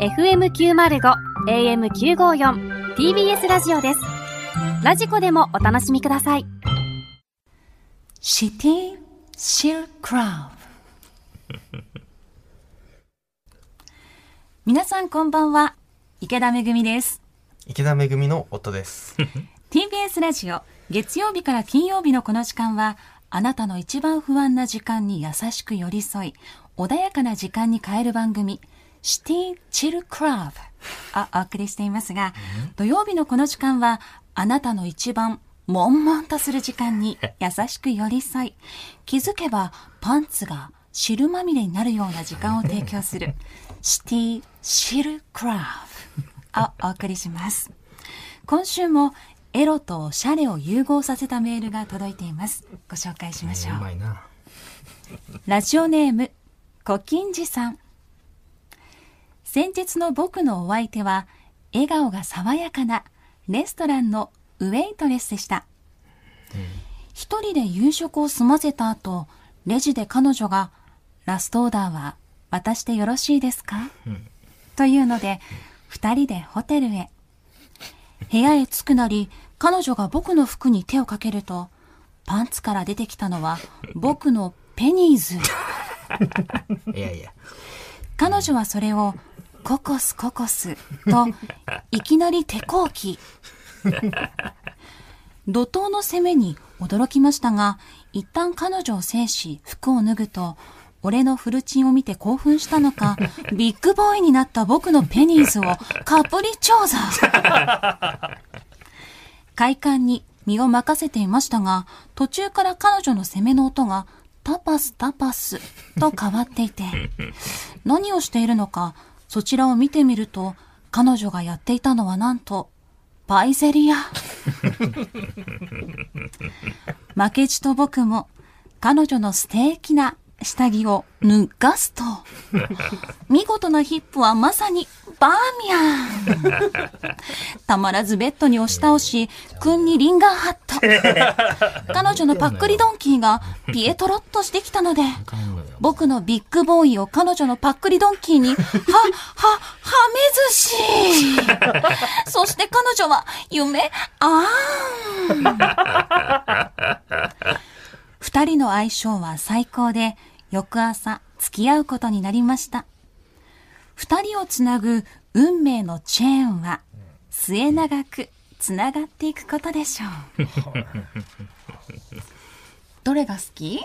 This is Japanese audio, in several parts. FM905 AM954 TBS ラジオですラジコでもお楽しみくださいシティシル クラブ皆さんこんばんは池田めぐみです池田めぐみの夫です。 TBS ラジオ月曜日から金曜日のこの時間はあなたの一番不安な時間に優しく寄り添い穏やかな時間に変える番組「シティ・チル・クラブ」あお送りしていますが土曜日のこの時間はあなたの一番悶々とする時間に優しく寄り添い気づけばパンツが汁まみれになるような時間を提供する「シティ・チル・クラブ」をお送りします。今週もエロとおしゃれを融合させたメールが届いていますご紹介しましょう、いな。ラジオネームコキンジさん先日の僕のお相手は笑顔が爽やかなレストランのウェイトレスでした、一人で夕食を済ませた後レジで彼女が「ラストオーダーは渡してよろしいですかというので二人でホテルへ部屋へ着くなり、彼女が僕の服に手をかけると、パンツから出てきたのは僕のペニーズ。いやいや。彼女はそれをココスココスといきなり手こうき。怒涛の攻めに驚きましたが、一旦彼女を制し服を脱ぐと、俺のフルチンを見て興奮したのか、ビッグボーイになった僕のペニーズをカプリ調査。快感に身を任せていましたが、途中から彼女の攻めの音がタパスタパスと変わっていて、何をしているのか、そちらを見てみると、彼女がやっていたのはなんと、パイゼリア。負けじと僕も、彼女の素敵な下着を脱がすと、見事なヒップはまさにバーミヤン。たまらずベッドに押し倒し、君にリンガーハット。彼女のパックリドンキーがピエトロっとしてきたので、僕のビッグボーイを彼女のパックリドンキーに、は、は、はめ寿司。 そして彼女は、夢、あーん。二人の相性は最高で、翌朝、付き合うことになりました。二人をつなぐ運命のチェーンは、末永くつながっていくことでしょう。どれが好き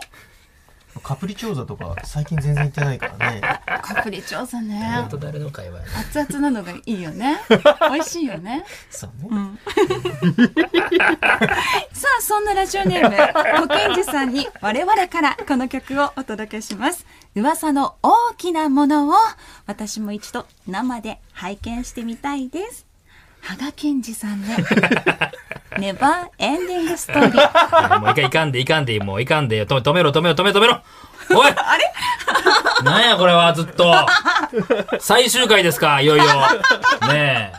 カプリチョーザとか最近全然行ってないからね。カプリチョーザね。と誰の会話熱々なのがいいよね。美味しいよね。そうね。さあ、そんなラジオネーム、コケンジさんに我々からこの曲をお届けします。噂の大きなものを私も一度生で拝見してみたいです。羽賀健二さん で、ネバーエンディングストーリー。もう一回いかんでいかんでもういかんで止め止めろ止めろ止めろ止めろ おいあれなんやこれはずっと最終回ですかいよいよねえ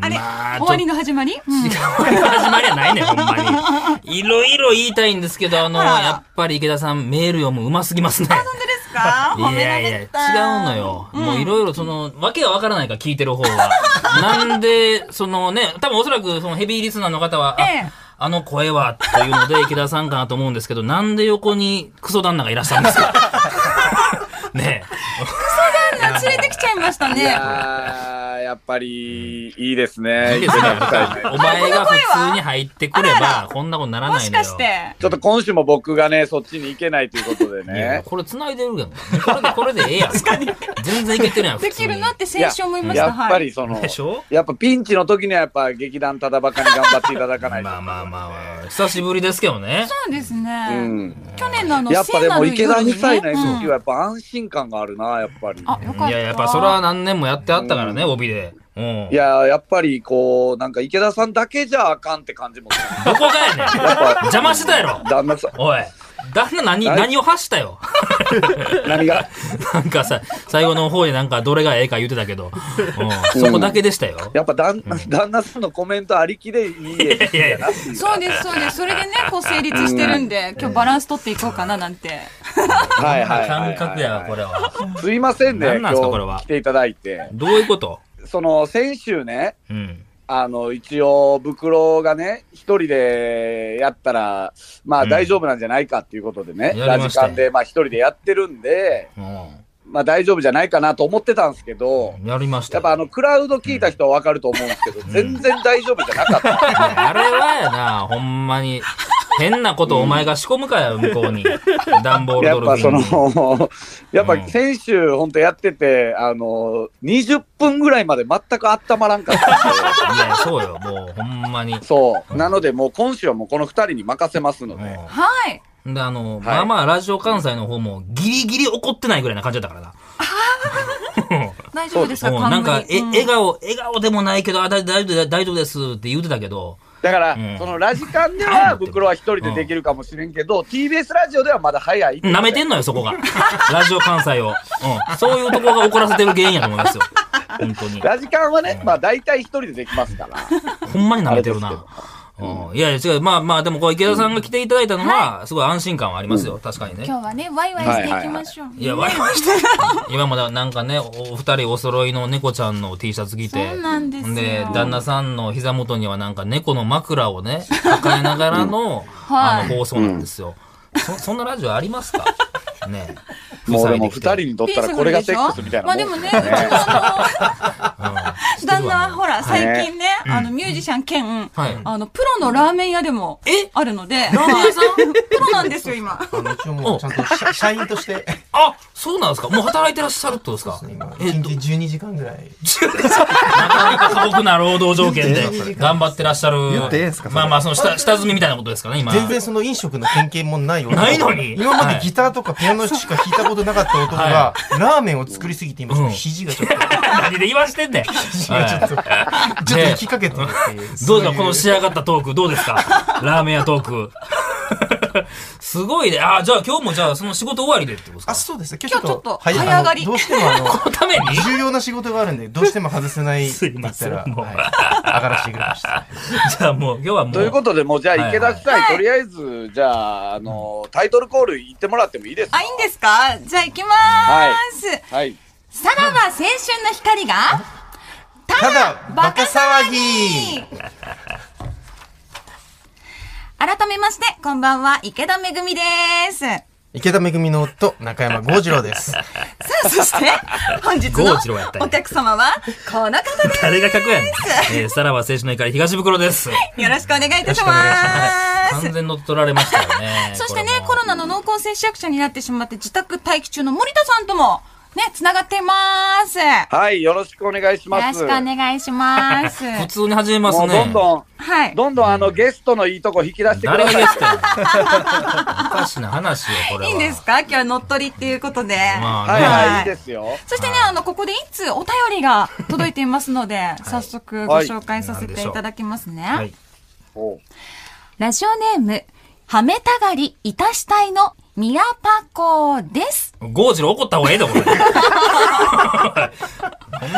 あれ、まあ終わりの始まり、うん始まりはないねほんまにいろいろ言いたいんですけどあのあらやっぱり池田さんメール読むうますぎますね本当ですかい褒めらやいやれ違うた。のよ、もういろいろそのわけがわからないから聞いてる方 はなんでそのね多分おそらくそのヘビーリスナーの方は、あええあの声はというので池田さんかなと思うんですけどなんで横にクソ旦那がいらっしゃるんで すかねあ連れてきちゃいましたいね。やーやっぱりいいですえね。いいですね池田夫妻ねお前がこの声普は通に入ってくれあらあ ばこんなことにならもないしのよかして。ちょっと今週も僕がね、そっちに行けないということでいやね。これ繋いでるやん。これで、これでええやん。全然いけてるやん。で普通きにるなっていや先週思いました。やっぱりそので、しょやっぱピンチの時にはやっぱ劇団ただばかに頑張っていただまかなあいと。まあまあまあ。久しぶりですけどね。そうですね。うん。去年のあの、やっぱでも池田夫み妻の MC ん、はやっぱ安心感があるな、やっぱり。あ、よかった。いや、やっぱそれは何年もやってあったからね、う帯で。うん。いやー、やっぱりこう、なんか池田さんだけじゃあかんって感じもする。どこがやねん。 やっぱ邪魔してたやろ。旦那さん、おい。旦那何、はい何を発したよ。 何がなんかさ、最後の方でなんかどれがええか言ってたけど、うんそこだけでしたよ。やっぱ旦,、旦那さんのコメントありきでいいえいやいやそうです、そうです。それでね、こう成立してるんで、今日バランス取っていこうかななんて。はいはいはいはい感覚やわ、これは。すいませんね何なんすかこれ今は日来ていただいてどういうことその先週ねうん。あの一応袋がね一人でやったらまあうん大丈夫なんじゃないかっていうことでね、やラりまジしたよカンでまあ一人でやってるんでうまあ大丈夫じゃないかなと思ってたんですけど、ん。やりましたよ。やっぱあの、クラウド聞いた人はわかると思うんですけど、全然大丈夫じゃなかった。あれはやな、ほんまに。変なことお前が仕込むかよ、向こうに。段ボールやドっルぱフィそンに。の、やっうぱん先週本当やってて、あの、20分ぐらいまで全く温まらんかったんいや、そうよ、もうほんまにで、。そう。なのでもう今週はもうこの2人に任せますので、はい。うんで、あの、まあまあ、ラジオ関西の方もギリギリ怒ってないぐらいな感じだったからな。大丈夫ですか、うんなんか、冠え、うん笑顔、笑顔でもないけど、あ、大大丈夫だ、大丈夫ですって言うてたけど、だから、うんそのラジカンでは袋は一人でできるかもしれんけど、TBS ラジオではまだ早い。舐めてんのよ、そ こが。ラジオ関西を。うん。そういうとこが怒らせてる原因やと思いますよ。本当に。ラジカンはね、まあ大体一人でできますから。ほんまに舐めてるあれでな。うん、いやいや違う。まあまあ、でもこう池田さんが来ていただいたのは、すごい安心感はありますよ。確かにね。今日はね、ワイワイしていきましょう。いや、わかりました。 今もだなんかね、おお二人お揃いの猫ちゃんの T シャツ着て。そうなんですよで、旦那さんの膝元にはなんか猫の枕を ね、抱えながらの、はいあの、放送なんですよ。そ、そんなラジオありますかねもうでも2人に。にとっピたーらスこフれルがでしセょックスみたいまなもあんでもね、うちのあの、 旦那、ほら、最近ね、んあの、ミュージシャン兼、はいあの、プロのラーメン屋でもえ、あるので、ラーメン屋さん プロなんですよ、今。あの、一応もうちゃんと社社員として、あ、そうなんですかもう働いてらっしゃるってことですか今、えっ1と日12時間ぐらい。なかなか過酷な労働条件で頑張ってらっしゃる。言ってええんすかそれまあまあ、その下、下積みみたいなことですからね、今。全然その飲食の経験もない男ないのに今までギターとかピアノしか弾いたことなかった男が、ラーメンを作りすぎて今ちょっと肘がちょっと、 何で言わしてんねん。肘がちょっと、ちょっと引きかけてるっていう。どうですそかいこの仕上がったトーク、どうですかラーメン屋トーク。 すごいね。あ、じゃあ今日もじゃあその仕事終わりでってことですかあ、そうですね。今日ちょっと、今日ちょっと早上がりあのどうしてもあの、そのために 重要な仕事があるんで、どうしても外せないって言ったら、すいませんもうはい、上がらせてくれました。じゃあもう今日はもう。ということで、もうじゃあ池田夫妻、はいとりあえず、じゃあ、あの、タイトルコール言ってもらってもいいですかあ、いいんですかじゃあ行きまーす。はい。さらば青春の光が、ただ、バカ騒ぎ改めまして、こんばんは、池田めぐみです。さ池田めぐみの夫、中山剛次郎です。あ、そ して、本日郷次郎やったんのおや客様は、この方です。誰が書くやねん。えー、さらば青春の怒り東袋です。よろしくお願いいたしま完す。全乗っ取られましたよね。 そしてねこれ、もコロナの濃厚接触者になってしまって自宅待機中の森田さんとも、ね、つながっています。よはい、よろしくお願いしまろしす。くお願いし ます。普通に始めますもうね。どんどん、はい。どんどんあの、ゲストのいいとこ引き出してく誰がださゲい。ストやねんおかしな話よ、これは。いいんですか今日は乗っ取りっていうことで。まあはねい、ははいい、いいですよ。そしてね、あの、ここでいつお便りが届いていますので、早速ご紹介させていただきますね。はい。おうラジオネーム、はめたがり、いたしたいの、宮パコです。ゴージロ怒った方がええで、これ。 こん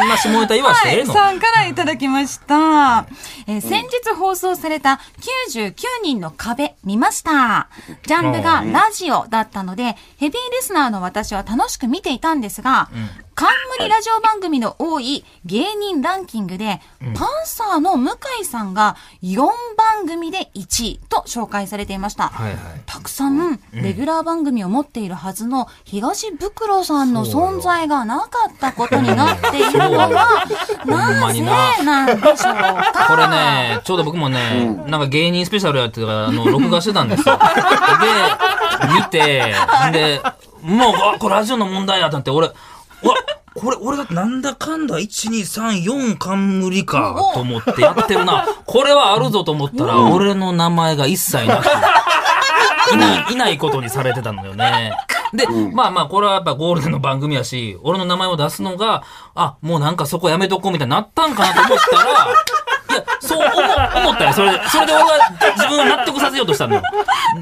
な下ネタ言わしてええの、さんからいただきました。えー先日放送された99人の壁見ました。ジャンルがラジオだったので、ヘビーリスナーの私は楽しく見ていたんですが、冠ラジオ番組の多い芸人ランキングで、パンサーの向井さんが4番組で1位と紹介されていました。はいはい。たくさんレギュラー番組を持っているはずの東袋さんの存在がなかったことになっているのはうよほんなまぜにななんでしょうか これね、ちょうど僕もね、なんか芸人スペシャルやってたから、あの、録画してたん ですよ。で、見て、で、もう、あ、これラジオの問題やと思って、俺、うわ、これ、俺だってなんだかんだ、1、2、3、4冠か、と思ってやってるな。これはあるぞと思ったら、俺の名前が一切 なくいない、いないことにされてたんだよね。で、まあまあ、これはやっぱゴールデンの番組やし、俺の名前を出すのが、あ、もうなんかそこやめとこうみたいになったんかなと思ったら、や、そう思思ったよ。それで、それで俺は自分を納得させようとしたんだよ。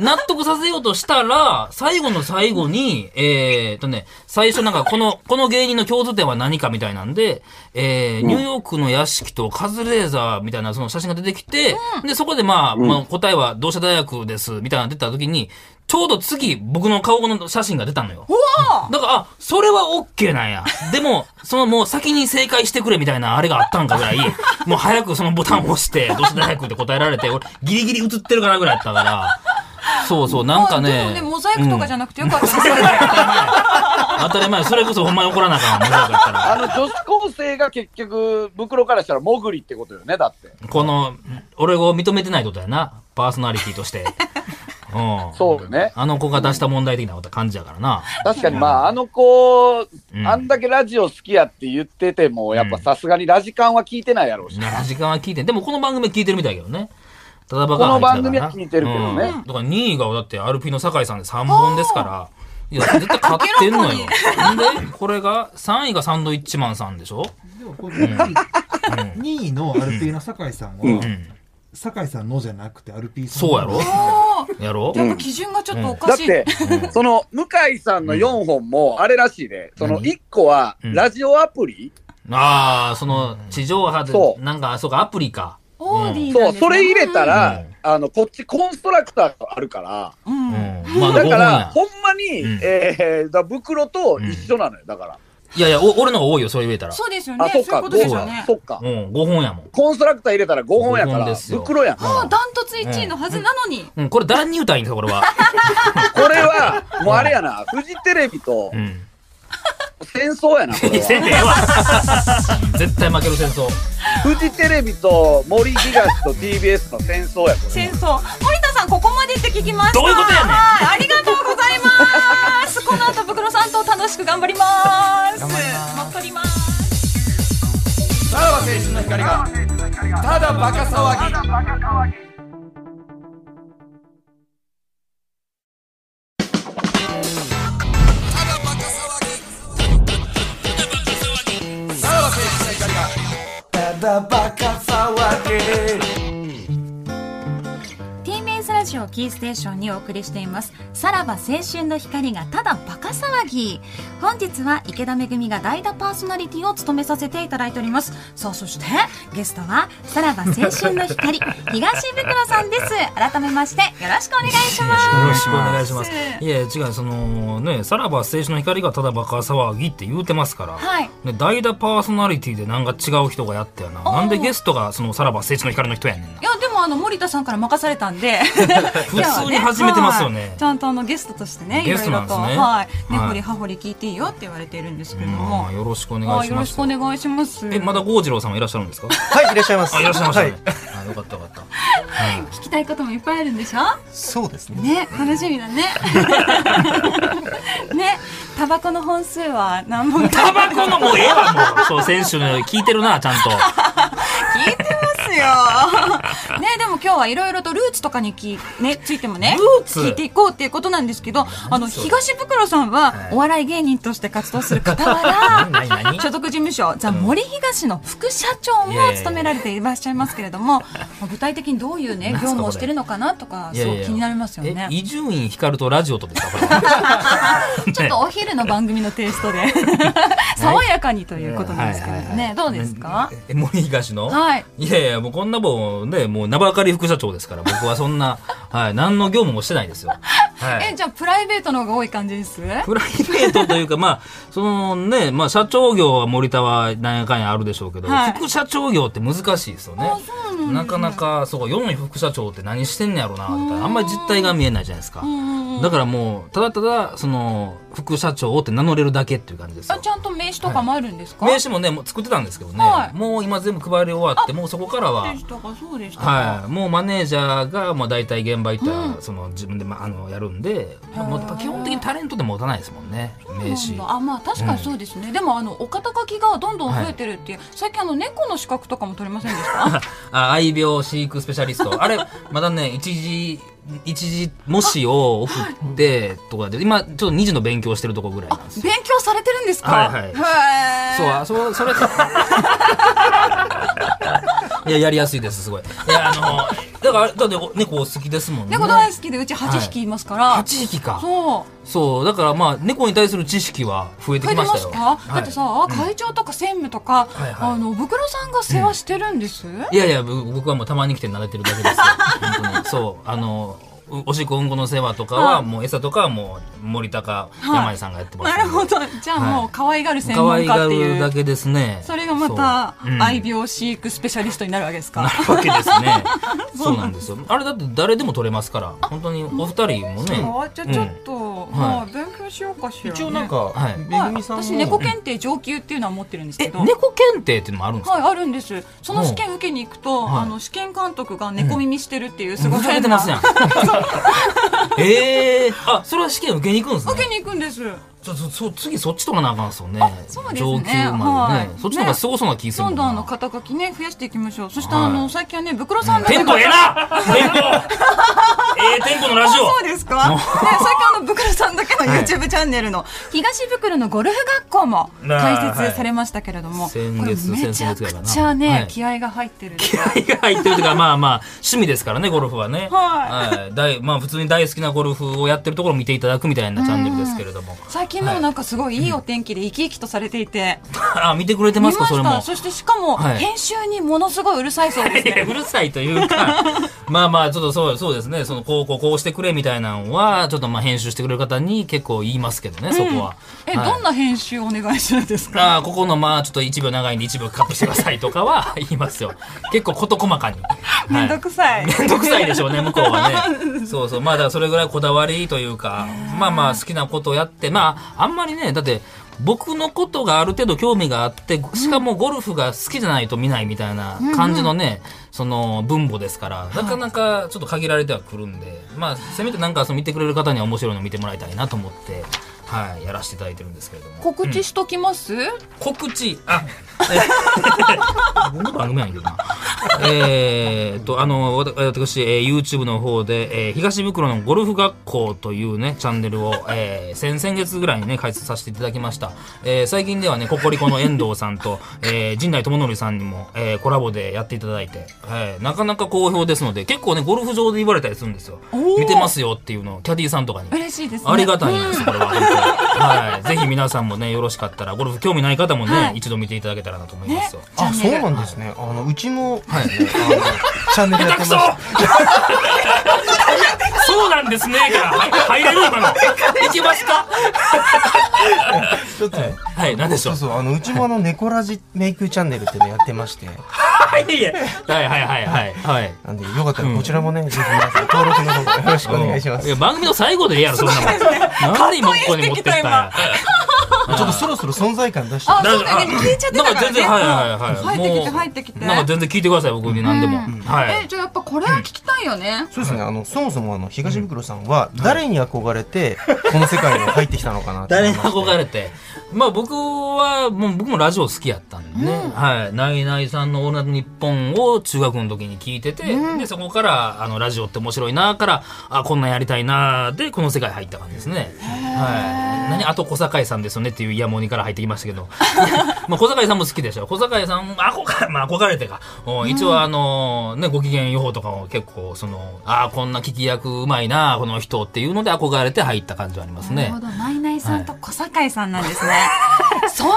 納得させようとしたら、最後の最後に、えー、とね、最初なんかこの、この芸人の共通点は何かみたいなんで、えー、ニューヨークの屋敷とカズレーザーみたいなその写真が出てきて、で、そこでまあ、まあ答えは同志社大学です、みたいなのが出た時に、ちょうど次、僕の顔の写真が出たのよ。だから、あ、それはオッケーなんや。でも、そのもう先に正解してくれみたいなあれがあったんか ぐらい、もう早くそのボタンを押して、どうして大学って答えられて、俺、ギリギリ映ってるかなぐらいやったから。そうそう、なんかあでね。もね、モザイクとかじゃうんなくてよかったです。当たり前、それこそほんまに怒らなあかん、モザイクやったあら。の女子高生が結局、袋からしたら潜りってことよね、だって。この、俺を認めてないことやな。パーソナリティとして。うん。そうよねあの子が出した問題的なこと感じやからな。確かにまあ、あの子、うんあんだけラジオ好きやって言ってても、やっぱさすがにラジカンは聞いてないやろうし。 7時間は聞いてんでもこの番組は聞いてるみたいやけどね。ただバこの番組は聞いてるけどねうんだから2位がだって RP の酒井さんで3本ですから。いや、絶対勝ってんのよ。んで、これが、3位がサンドイッチマンさんでしょでもこれびっくり2位のアルピーの酒井さんは、うん。酒井さんのじゃなくてアルピーさんそうやろおーやろなんか基準がちょっとおだかっしい。て、その、向井さんの4本も、あれらしいで、その何1個は、うんラジオアプリ、ああ、その、地上波でそ、うなんか、そうか、アプリか。オーディーなんですねそう、それ入れたら、うんあの、こっちコンストラクターがあるから、うん。ううんん。まあ、5だか本ら、や。ほんまに、うんえー、だから袋と一緒なのよ、だから。いやいや、お俺の方が多いよ、それ言えたら。そうですよあ、ね。そそうっいうか、ことですよ5ね本。。そっかう。ん、5本やもん。コンストラクター入れたら5本やか五本ら、ですよ袋やん。こああ、ダントツ1位のはずなのに。うん、これ誰に言うたらいいんですか、これ は。れは、もうあれやな、フジテレビとうん。 戦争やな、これせんは。でええわ 絶対負ける戦争フジテレビと森東と TBS の戦争や、これ戦争。森田さん、ここまでって聞きました。どういうことやねんはい、ありがとうございます。この後、袋さんと楽しく頑張ります。頑張ります。乗っ取ります。さらば青春の光がただバカ騒ぎただバカ騒ぎ TBS ラジオキーステーションにお送りしていますさらば青春の光がただバカ騒ぎ本日は池田めぐみが代打パーソナリティを務めさせていただいておりますさあそしてゲストはさらば青春の光東袋さんです改めましてよろしくお願いしますよろしくお願いしますはいいや違うそのねさらば青春の光がただバカ騒ぎって言うてますから、はいね、代打パーソナリティでなんか違う人がやったよなーなんでゲストがそのさらば青春の光の人やねんないやでもあの森田さんから任されたん で通に始めてますよね今日ははいちゃんとあのゲストとしてねいゲろスいトなろんですとねはい根はい掘り葉掘り聞いていいよって言われているんですけれどもまあよろしくお願はいいしよろましすくお願いしますえまだ郷次郎さんもいらっしゃるんですかはい、いらっしゃいます。あいらっしゃいましたね、はあよかったよかった聞きたいこともいっぱいあるんでしょそうですね。ね楽しみだ ね ねタバコの本数は何本かタバコのもうええわもうそう選手の聞いてるな ちゃんと聞いてますよ ねでも今日はいろいろとルーツとかにきねついてもねルーツ聞いていこうっていうことなんですけどあの東袋さんはお笑い芸人として活動する傍ら 何何何所属事務所ザ・森東の副社長も務められていらっしゃいますけれど もまあ具体的にどういうねな業んすか務こをれしてるのかなとかいすやいごやく気になりますよねえ伊集院光とラジオとですかこれ はちょっとお昼の番組のテイスト で 爽やかにということなんですけれどはいはいはねどうですかえ森東のはいいやいや、もうこんなもんね、もう名ばかり副社長ですから、僕はそんな、 はい、何の業務もしてないですよ。はえい。じゃあプライベートの方が多い感じですプライベートというか、まあ、そのね、まあ、社長業は森田はなんやかんやあるでしょうけど、はい副社長業って難しいですよね。なかなか、そう、世の副社長って何してんねやろうな、とか、あんまり実態が見えないじゃないですか。だからもう、ただただ、その、副社長って名乗れるだけっていう感じですよあ。ちゃんと名刺とかもあるんですか名刺もね、もう作ってたんですけどね、はいもう今全部配り終わって、もうそこからはで、したかそうでしたかはい、もうマネージャーがまあ大体現場行ったら、その自分で、まあ、あのやるんで、もうやっぱ基本的にタレントで持たないですもんね名そう 刺なんだあまあ確かにそうですね、でもあのお肩書きがどんどん増えてるっていう、最近あの猫の資格とかも取れませんでした あ愛病飼育スペシャリス トあれまだね一時一時模試を送ってとかで今ちょっと二時の勉強してるとこぐらいなんですよ勉強されてるんですかはいはいへーそうあそうそれ いや、やりやすいです、すごい。いや、あの、だから、だってお猫お好きですもんね。猫大好きでうち8匹いますから、 8匹か。そうそう、だからまあ、猫に対する知識は増えて書きいてましまたすよ。か、はだいってさ、会長とか専務とか、はいはいあの、おぶくろさんが世話してるんです、いやいや、ぶ僕はもうたまに来て慣れてるだけですよ。本当 に。そう。あの、うおしっこうんこの世話とかはは、いもう餌とかはもう森高、山井さんがやってますなんで。るほど。じゃあもはうい可愛がる専可門愛が家ってるいだう。けですね。それがまたそうう、ん愛病飼育スペシャリストになるわけですなか。るわけです ね。そうなんですよ。あれだって誰でも取れますから、本当にお二人もね。あじゃあちょっと、まあ、勉強しようかしら、ね。一応なんかはい、めはい、ぐみさんも私猫検定上級っていうのは持ってるんですけえ、ど。猫検定っていうのもあるんですかはい、あるんです。その試験受けに行くと、はいあの、試験監督が猫耳してるっていう、すごいふざけ変てな。 ますやん。 ええあ、それは試験受けに行くんですね。受けに行くんです。ちょ、そ、そ、次そっち取らなあかんっすよね。そうですね上級までね。はいそっちの方がすごそうな気するどんもなどんあの肩書きね、増やしていきましょう。そして、はいあの、最近はね、ブクロさんが、テンポええな テンポええテンポのラジオそうですか、ね、最近あの、ブクロさんだけ の YouTube チャンネルの、東ブクロのゴルフ学校も開設されましたけれども、はい先月これめちゃくちゃね、先々月やからなは気合いが入ってる。気合が入ってるというか、まあまあ、趣味ですからね、ゴルフはね。。はい大まあ、普通に大好きなゴルフをやってるところを見ていただくみたいなチャンネルですけれども。 最近もなんかすごいいいお天気で生き生きとされていて、あ、見てくれて見まますしたか、それも。そしてしかも、はい編集にものすごいうるさいそうです いやねうるさいというか、 まあまあ、ちょっとそうそうですね、そのこうこうこうしてくれみたいなのは、ちょっとまあ編集してくれる方に結構言いますけどね、そこは。え、はいどんな編集をお願いするんですかあーここのまあちょっと1秒長いんで1秒カットしてくださいとかは 言いますよ。結構事細かに。はいめんどくさい。めんどくさいでしょうね、向こうはね。そうそう。まあ、だからそれぐらいこだわりというか、まあまあ好きなことをやって、まあ、あんまりね、だって、僕のことがある程度興味があって、しかもゴルフが好きじゃないと見ないみたいな感じのね、その分母ですから、なかなかちょっと限られてはくるんで、まあ、せめてなんかその見てくれる方には面白いの見てもらいたいなと思って、はい、やらせていただいてるんですけれども。 告知しときます、告知あ 僕の番組なんやけどなえーっとあのわた私、えー YouTube の方で、えー東袋のゴルフ学校というねチャンネルを、えー先々月ぐらいにね開設させていただきました、えー最近ではねココリコの遠藤さんと、えー陣内智則さんにも、えーコラボでやっていただいて、はいなかなか好評ですので結構ねゴルフ場で言われたりするんですよおー見てますよっていうのをキャディーさんとかに嬉しいですね。ありがたいんです、これは。本当に はい。ぜひ皆さんもね、よろしかったら、ゴルフ興味ない方もね、はい一度見ていただけたらなと思いますよ。あ、チャそンうネルなんですね。あの、うちも、あのチャンネルやってまくしそた。 そうなんですねが、入れる今の。いきますかちょっとねはい、なんでしょそうう。そう、あの、うちもあの、猫ラジメイクチャンネルっていうのやってまして。 はい、いえいえはい、はい、はい、はい。はい。なんで、よかったらこちらもね、ぜひ皆さん登録の 方よろしくお願いします。いちや、番組の最後でええや ろ、そんなもん。何もここに持ってったんや。ょっとそろそろ存在感出して。あ、そうだね。聞いちゃってたなかんから全ね。然、はい、はい、は入い。ってきて、もう入ってきて。なんか全然聞いてください、僕に何でも。はいえ、。じゃあやっぱこれは聞きたいよね。そうですね、あの、そもそもあの、東袋さんは、誰に憧れて、この世界に入ってきたのかなって思誰いにまして憧れて。まあ僕は、もう僕もラジオ好きやったんでね。はい。ナイナイさんのオールナイトニッポンを中学の時に聞いてて、で、そこから、あの、ラジオって面白いなから、あ、こんなんやりたいなで、この世界入った感じですね。はい。何あと小堺さんですよねっていうイヤモニから入ってきましたけど。 まあ小堺さんも好きでしょ。小堺さん、憧れ、まあ憧れてか。うん一応あの、ね、ご機嫌予報とかも結構、その、あ、こんな聞き役うまいなこの人っていうので憧れて入った感じはありますなね。るほど、ナイナイさんと小堺さんなんですね。そんな、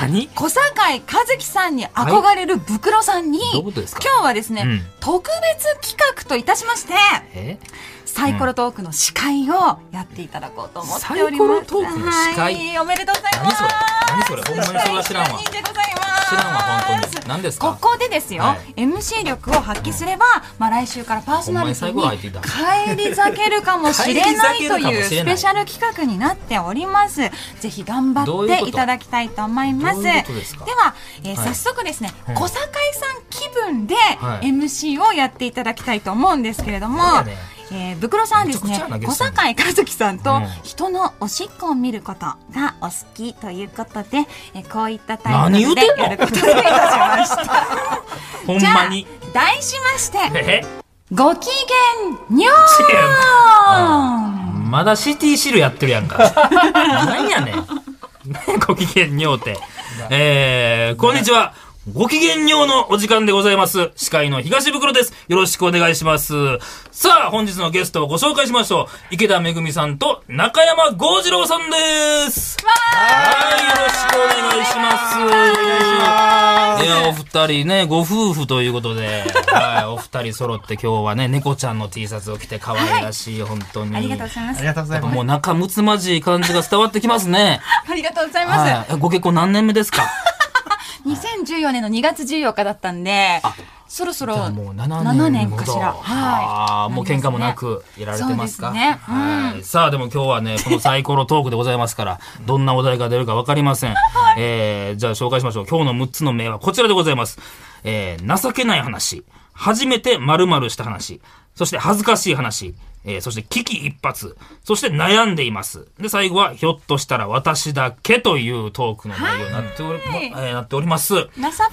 何小堺和樹さんに憧れるブクロさんに、どういうことですか今日はですね、うん特別企画といたしまして、えサイコロトークの司会をやっていただこうと思っております。サイコロトークの司会はい、おめでとうございま何す。それ何それほんまにそれは知らんわ司会でございます知らんわ本当に何ですこかこでですよ、はい MC 力を発揮すれば、まあ来週からパーソナリテほんまに最後入っていたィに帰り咲けるかもしれないというスペシャル企画になっております。ぜひ頑張どういうっこてといただきたいと思います。どういうことですかは、えーはい早速ですね、うん小堺さん気分ではい MC をやっていただきたいと思うんですけれども、そうだねえー、ブクロさんはですめねちゃくちゃな、ゲ小ストに堺一樹さんとうん人のおしっこを見ることがお好きということで、えーこういったタイ何トル言うでてんのやることにいたしました。ほんじゃまあに、題しまして、えご機嫌にょーんまだシティシルやってるやんか 何やねんご機嫌にょうてえー、こんにちはご機嫌ようのお時間でございます。司会の東袋です。よろしくお願いします。さあ、本日のゲストをご紹介しましょう。池田めぐみさんと中山剛二郎さんです。はい、よろしくお願いします。いや、お二人ね、ご夫婦ということで、はい、お二人揃って今日はね、猫ちゃんの T シャツを着て可愛らしい、本当に。ありがとうございまあすり。がとうございますもう仲睦まじい感じが伝わってきますね。 ありがとうございます。はいご結婚何年目ですか2014年の2月14日だったんで、そろそろじゃあもう7 7年年ほどかしら。はああ、もう喧嘩もなくやられてますか。そうですねうんはい。さあ、でも今日はね、このサイコロトークでございますから、どんなお題が出るかわかり ません。えー、じゃあ紹介しましょう。今日の6つの名はこちらでございます。えー、情けない話、初めて〇〇した話、そして恥ずかしい話、えー、そして危機一髪、そして悩んでいます。で、最後は、ひょっとしたら私だけというトークの内容になっており,、はいえーなっております。い。なさば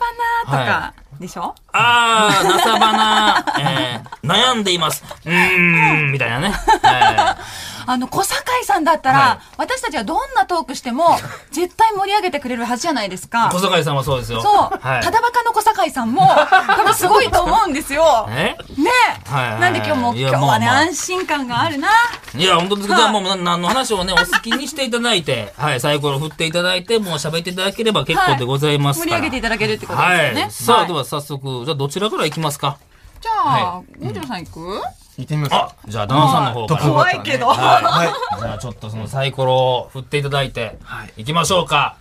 なとか、でしょあー、なさばな、えー、悩んでいます。うーん、みたいなね。はいあの、小堺さんだったら、はい私たちはどんなトークして も、絶対盛り上げてくれるはずじゃないですか。小坂井さんはそうですよ。そう、はい。ただバカの小堺さんも、多分すごいと思うんです よ。ねええ、はいはいはいなんで今日も、いや今日はね、まあまあ安心感があるな。いや、本当ですけど、はいじゃあもうな何の話をね、お好きにしていただいて、はい、サイコロ振っていただいて、もう喋っていただければ結構でございます盛りから。上げていただけるってことですよね。はい。さあ、ではいは早速、じゃあどちらから行きますかじゃあは、五条さん行く行ってみますあ、じゃあ、旦那さんの方から。は怖いいけど。はい。じゃあちょっとそのサイコロを振っていただいて、行きましょうか。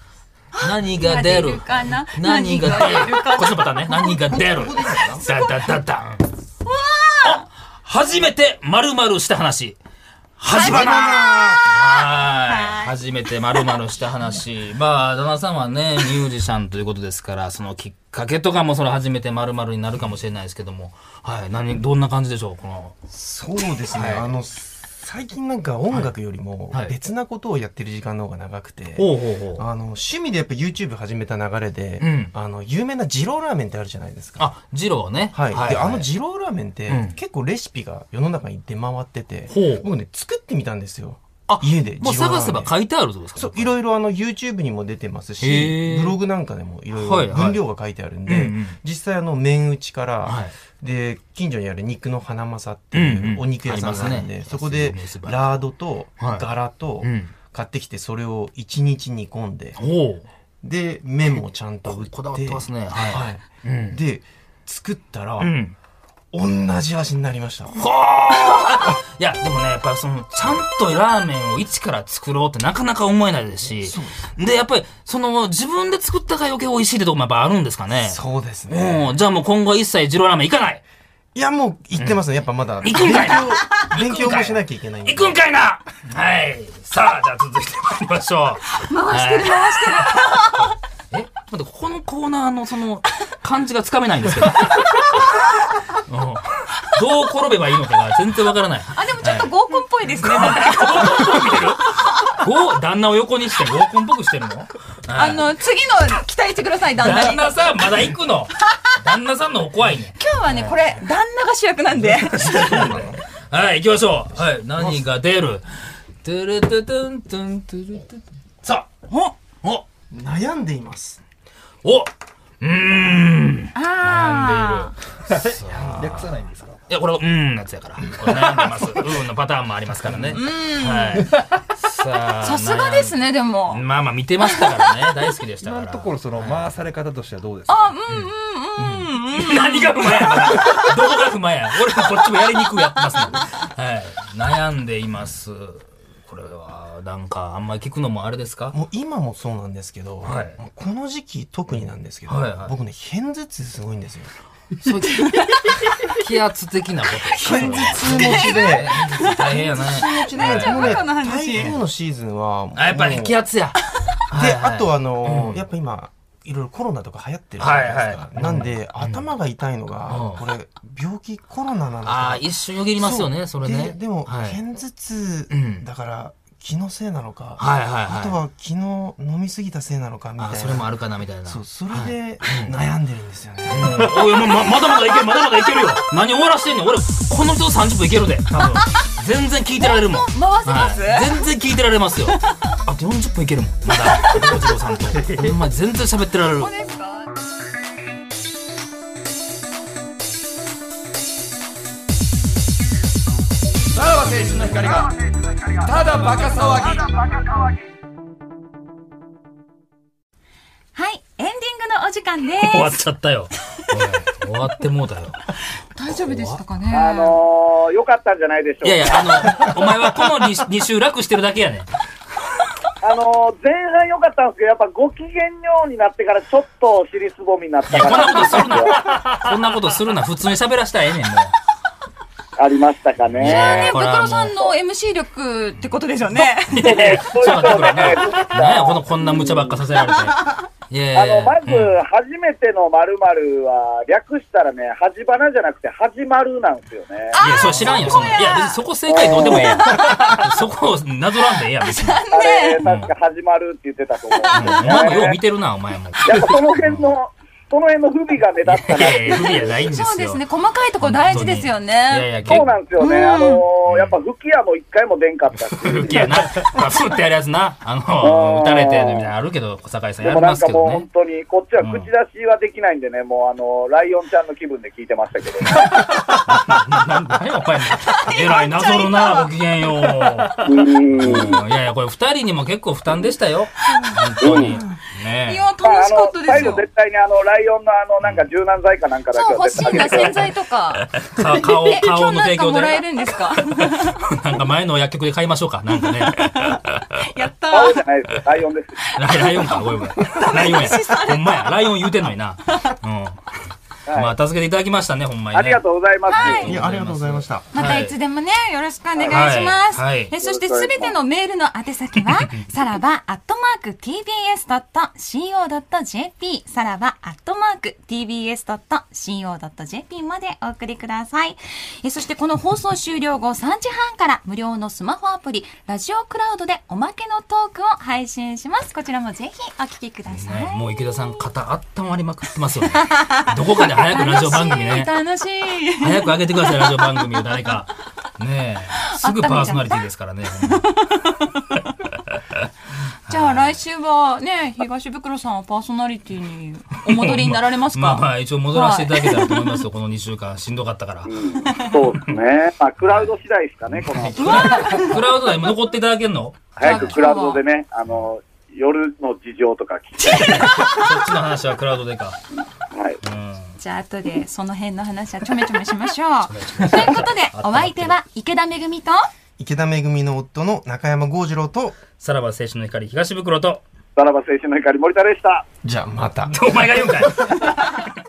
何が出るかな何が出るこっちのパターンね。何が出るダダダダン。あ初めて〇〇した話。始まらないはい。初めて〇〇した話。まあ、旦那さんはね、ミュージシャンということですから、そのきっかけとかもその初めて〇〇になるかもしれないですけども、はい。何、どんな感じでしょうこの、そうですね、はいあの最近なんか音楽よりもはい別なことをやってる時間の方が長くて、ほうほうほう。あの趣味でやっぱ YouTube 始めた流れで、うんあの有名な二郎ラーメンってあるじゃないですか。あ、ジローね。はいであの二郎ラーメンって、うん結構レシピが世の中に出回っててほう僕ね作ってみたんですよあ家でもう二郎ラーメ探ンせば書いてあるってことですかそういろいろあの YouTube にも出てますへしーブログなんかでもいろはいいろはい分量が書いてあるんで、うんうん実際あの麺打ちから、はいで近所にある肉の花正ってうんういんうお肉屋さんがあるんで、ありますねそこでラードとはいガラとうん買ってきてそれを1日煮込んで、おうで麺もちゃんと打ってこだわってますねはいはいうん。で作ったら、うん。同じ味になりましたいや、でもね、やっぱりその、ちゃんとラーメンを一から作ろうってなかなか思えないですし、で、やっぱり、その、自分で作ったから余計美味しいってとこもやっぱあるんですかね。そうですねもう、じゃあもう今後は一切ジローラーメン行かないいやもう言ってますねやっぱまだ行くんかいな勉強勉強もしなきゃいけないんで行くんかいなはい。さあ、じゃあ続いて参りましょう。回してる、回して る。え、待って、ここのコーナーのその、感じがつかめないん ですけど。うんどう転べばいいのかが全然わからない。あ、でもちょっと合コンっぽいですね。ご、旦那を横にして合コンっぽくしてるのあの、次の期待してください、旦那旦に。那さん、まだ行くの旦那さんの方怖いね。今日はね、これ、旦那が主役なん で。はい、行きましょう。はい、何が出るトゥルトゥトゥントゥントゥルトゥトゥンさあ、おお悩んでいますおうーん。あ略さないんですかいや、これ、うーんのやつやから。これ悩んでます。う ーんのパターンもありますからね。はい。さああ。さすがですね。ね、でも。まあまあ、見てましたからね。大好きでしたか今のらと。ころその回され方としてはどうですあ、かうんうんうんうん。何が不満やどこが不満や俺もこっちもやりにくくやってますね。はい。悩んでいます。これは、なんか、あんまり聞くのもあれですかもう今もそうなんですけど、はいもうこの時期特になんですけど、はいはい僕ね偏頭痛すごいんですよそういう気圧的なこと。偏頭痛持ちで大変やな。大丈夫もうねバカな話台風のシーズンはあ、やっぱりもう気圧や。で、はいはいあとあのーうんやっぱ今いろいろコロナとか流行ってるじゃないですか、はいはいなんで、頭が痛いのが、うこんれ病気コロナなのあかあ、一瞬よぎりますよね、それねで。でも、はいはい偏頭痛うんだから気のせいなのか、はいはい。あとは昨日飲みすぎたせいなのかみたいあなそれもあるかな、みたいな。そうそれで悩んでるんですよね、おいまままだまだいけるまだまだいけるよ何終わらしてんねん俺この人と30分いけるで多分全然聞いてられるもん回せますはい全然聞いてられますよあと40分いけるもんまだ五郎さんとほんま全然喋ってられるですか青春の光がただバカ騒ぎはい、エンディングのお時間で終わっす。ちゃったよ。おい終わってもうたよ。大丈夫でしたかねあのー、よかったんじゃないでしょうか。いやいや、あの、お前はこ の 2, 週楽してるだけやねん。あのー、前半良かったんですけど、やっぱご機嫌ようになってからちょっと尻すぼみになったかなっていうのはこんなことするな、普通に喋らしたらええねん、もう。ありましたかいね。やね、ブこクれはもロうさんの MC 力ってことですよね。そういう人そうだがね、ね、これ。なんや、この、こんな無茶ばっかさせられて。いやあいやの、いまやず、初めてのまるは、略したらね、はじばなじゃなくて、はじまるなんですよね。いや、それ知らんよ、そんな。いや、別にそこ正解どうでもええやん。そこをなぞらんでええやん、別に。あれ、確か始まるって言ってたと思うんですお前もよう見てるな、お前 も。やっぱその辺の、その辺の不備が目立ったいな。やいや、不備じゃないんですよ。そうですね、細かいところ大事ですよいやいね。や、結そう構なんですよね。うんあのーやっぱ吹き矢も一回も出んかったっていう吹きやな。ふってやるやつな。あの、うん打たれて、みたいなのあるけど、小堺さんでやもりなまんすかけもうどね本。当に、こっちは口出しはできないんでね、もうあのーライオンちゃんの気分で聞いてましたけど。なんだよ、お前。えらいなぞるな、ごきげんよう。うーん。いやいや、これ二人にも結構負担でしたよ。本当に。いねや、楽まあ、あしかったの、です最よ後。絶対にあの、ライオンのあの、なんか柔軟剤かなんかだそけう、は欲し絶い対んだ、あげ洗て剤とか。え。か顔え、、今 日顔のなん提か供もらえで。るんですか なんか前の薬局で買いましょうか。なんかね。 やったー。青じゃないですよ。ライオンです。ライライオンか、ごめんごめん。ライオンや。ほんまや。ライオン言うてんのにな。うん。まあ、助けていただきましたね、ほんまにね。ありがとうございます。いや、ありがとうございました。またいつでもね、よろしくお願いします。はいはいえそしてすべてのメールの宛先 は、さらば、アットマーク、tbs.co.jp、さらば、アットマーク、tbs.co.jp までお送りください。えそしてこの放送終了後3時半から無料のスマホアプリ、ラジオクラウドでおまけのトークを配信します。こちらもぜひお聞きください。ね、もう池田さん肩あったまりまくってますよ ねどこかで早くラジオ番組ね楽しい。楽しい早く上げてくださいラジオ番組を誰かね えすぐパーソナリティですからねじゃあ来週はね、東袋さんはパーソナリティにお戻りになられますか、まあまあ一応戻らせていただけたらと思いますよ、この2週間しんどかったからそうですね。まあ、クラウド次第ですかね、この。クラウド内も残っていただけんの早くクラウドでね、あの、夜の事情とか聞きたい。そっちの話はクラウドでかはい。じゃあ後でその辺の話はちょ めちょめしましょう。ということで、お相手は池田めぐみと、池田めぐみの夫の中山剛次郎と、さらば青春の光東袋とさらば青春の光森田でした。じゃあまた。お前が言うんかい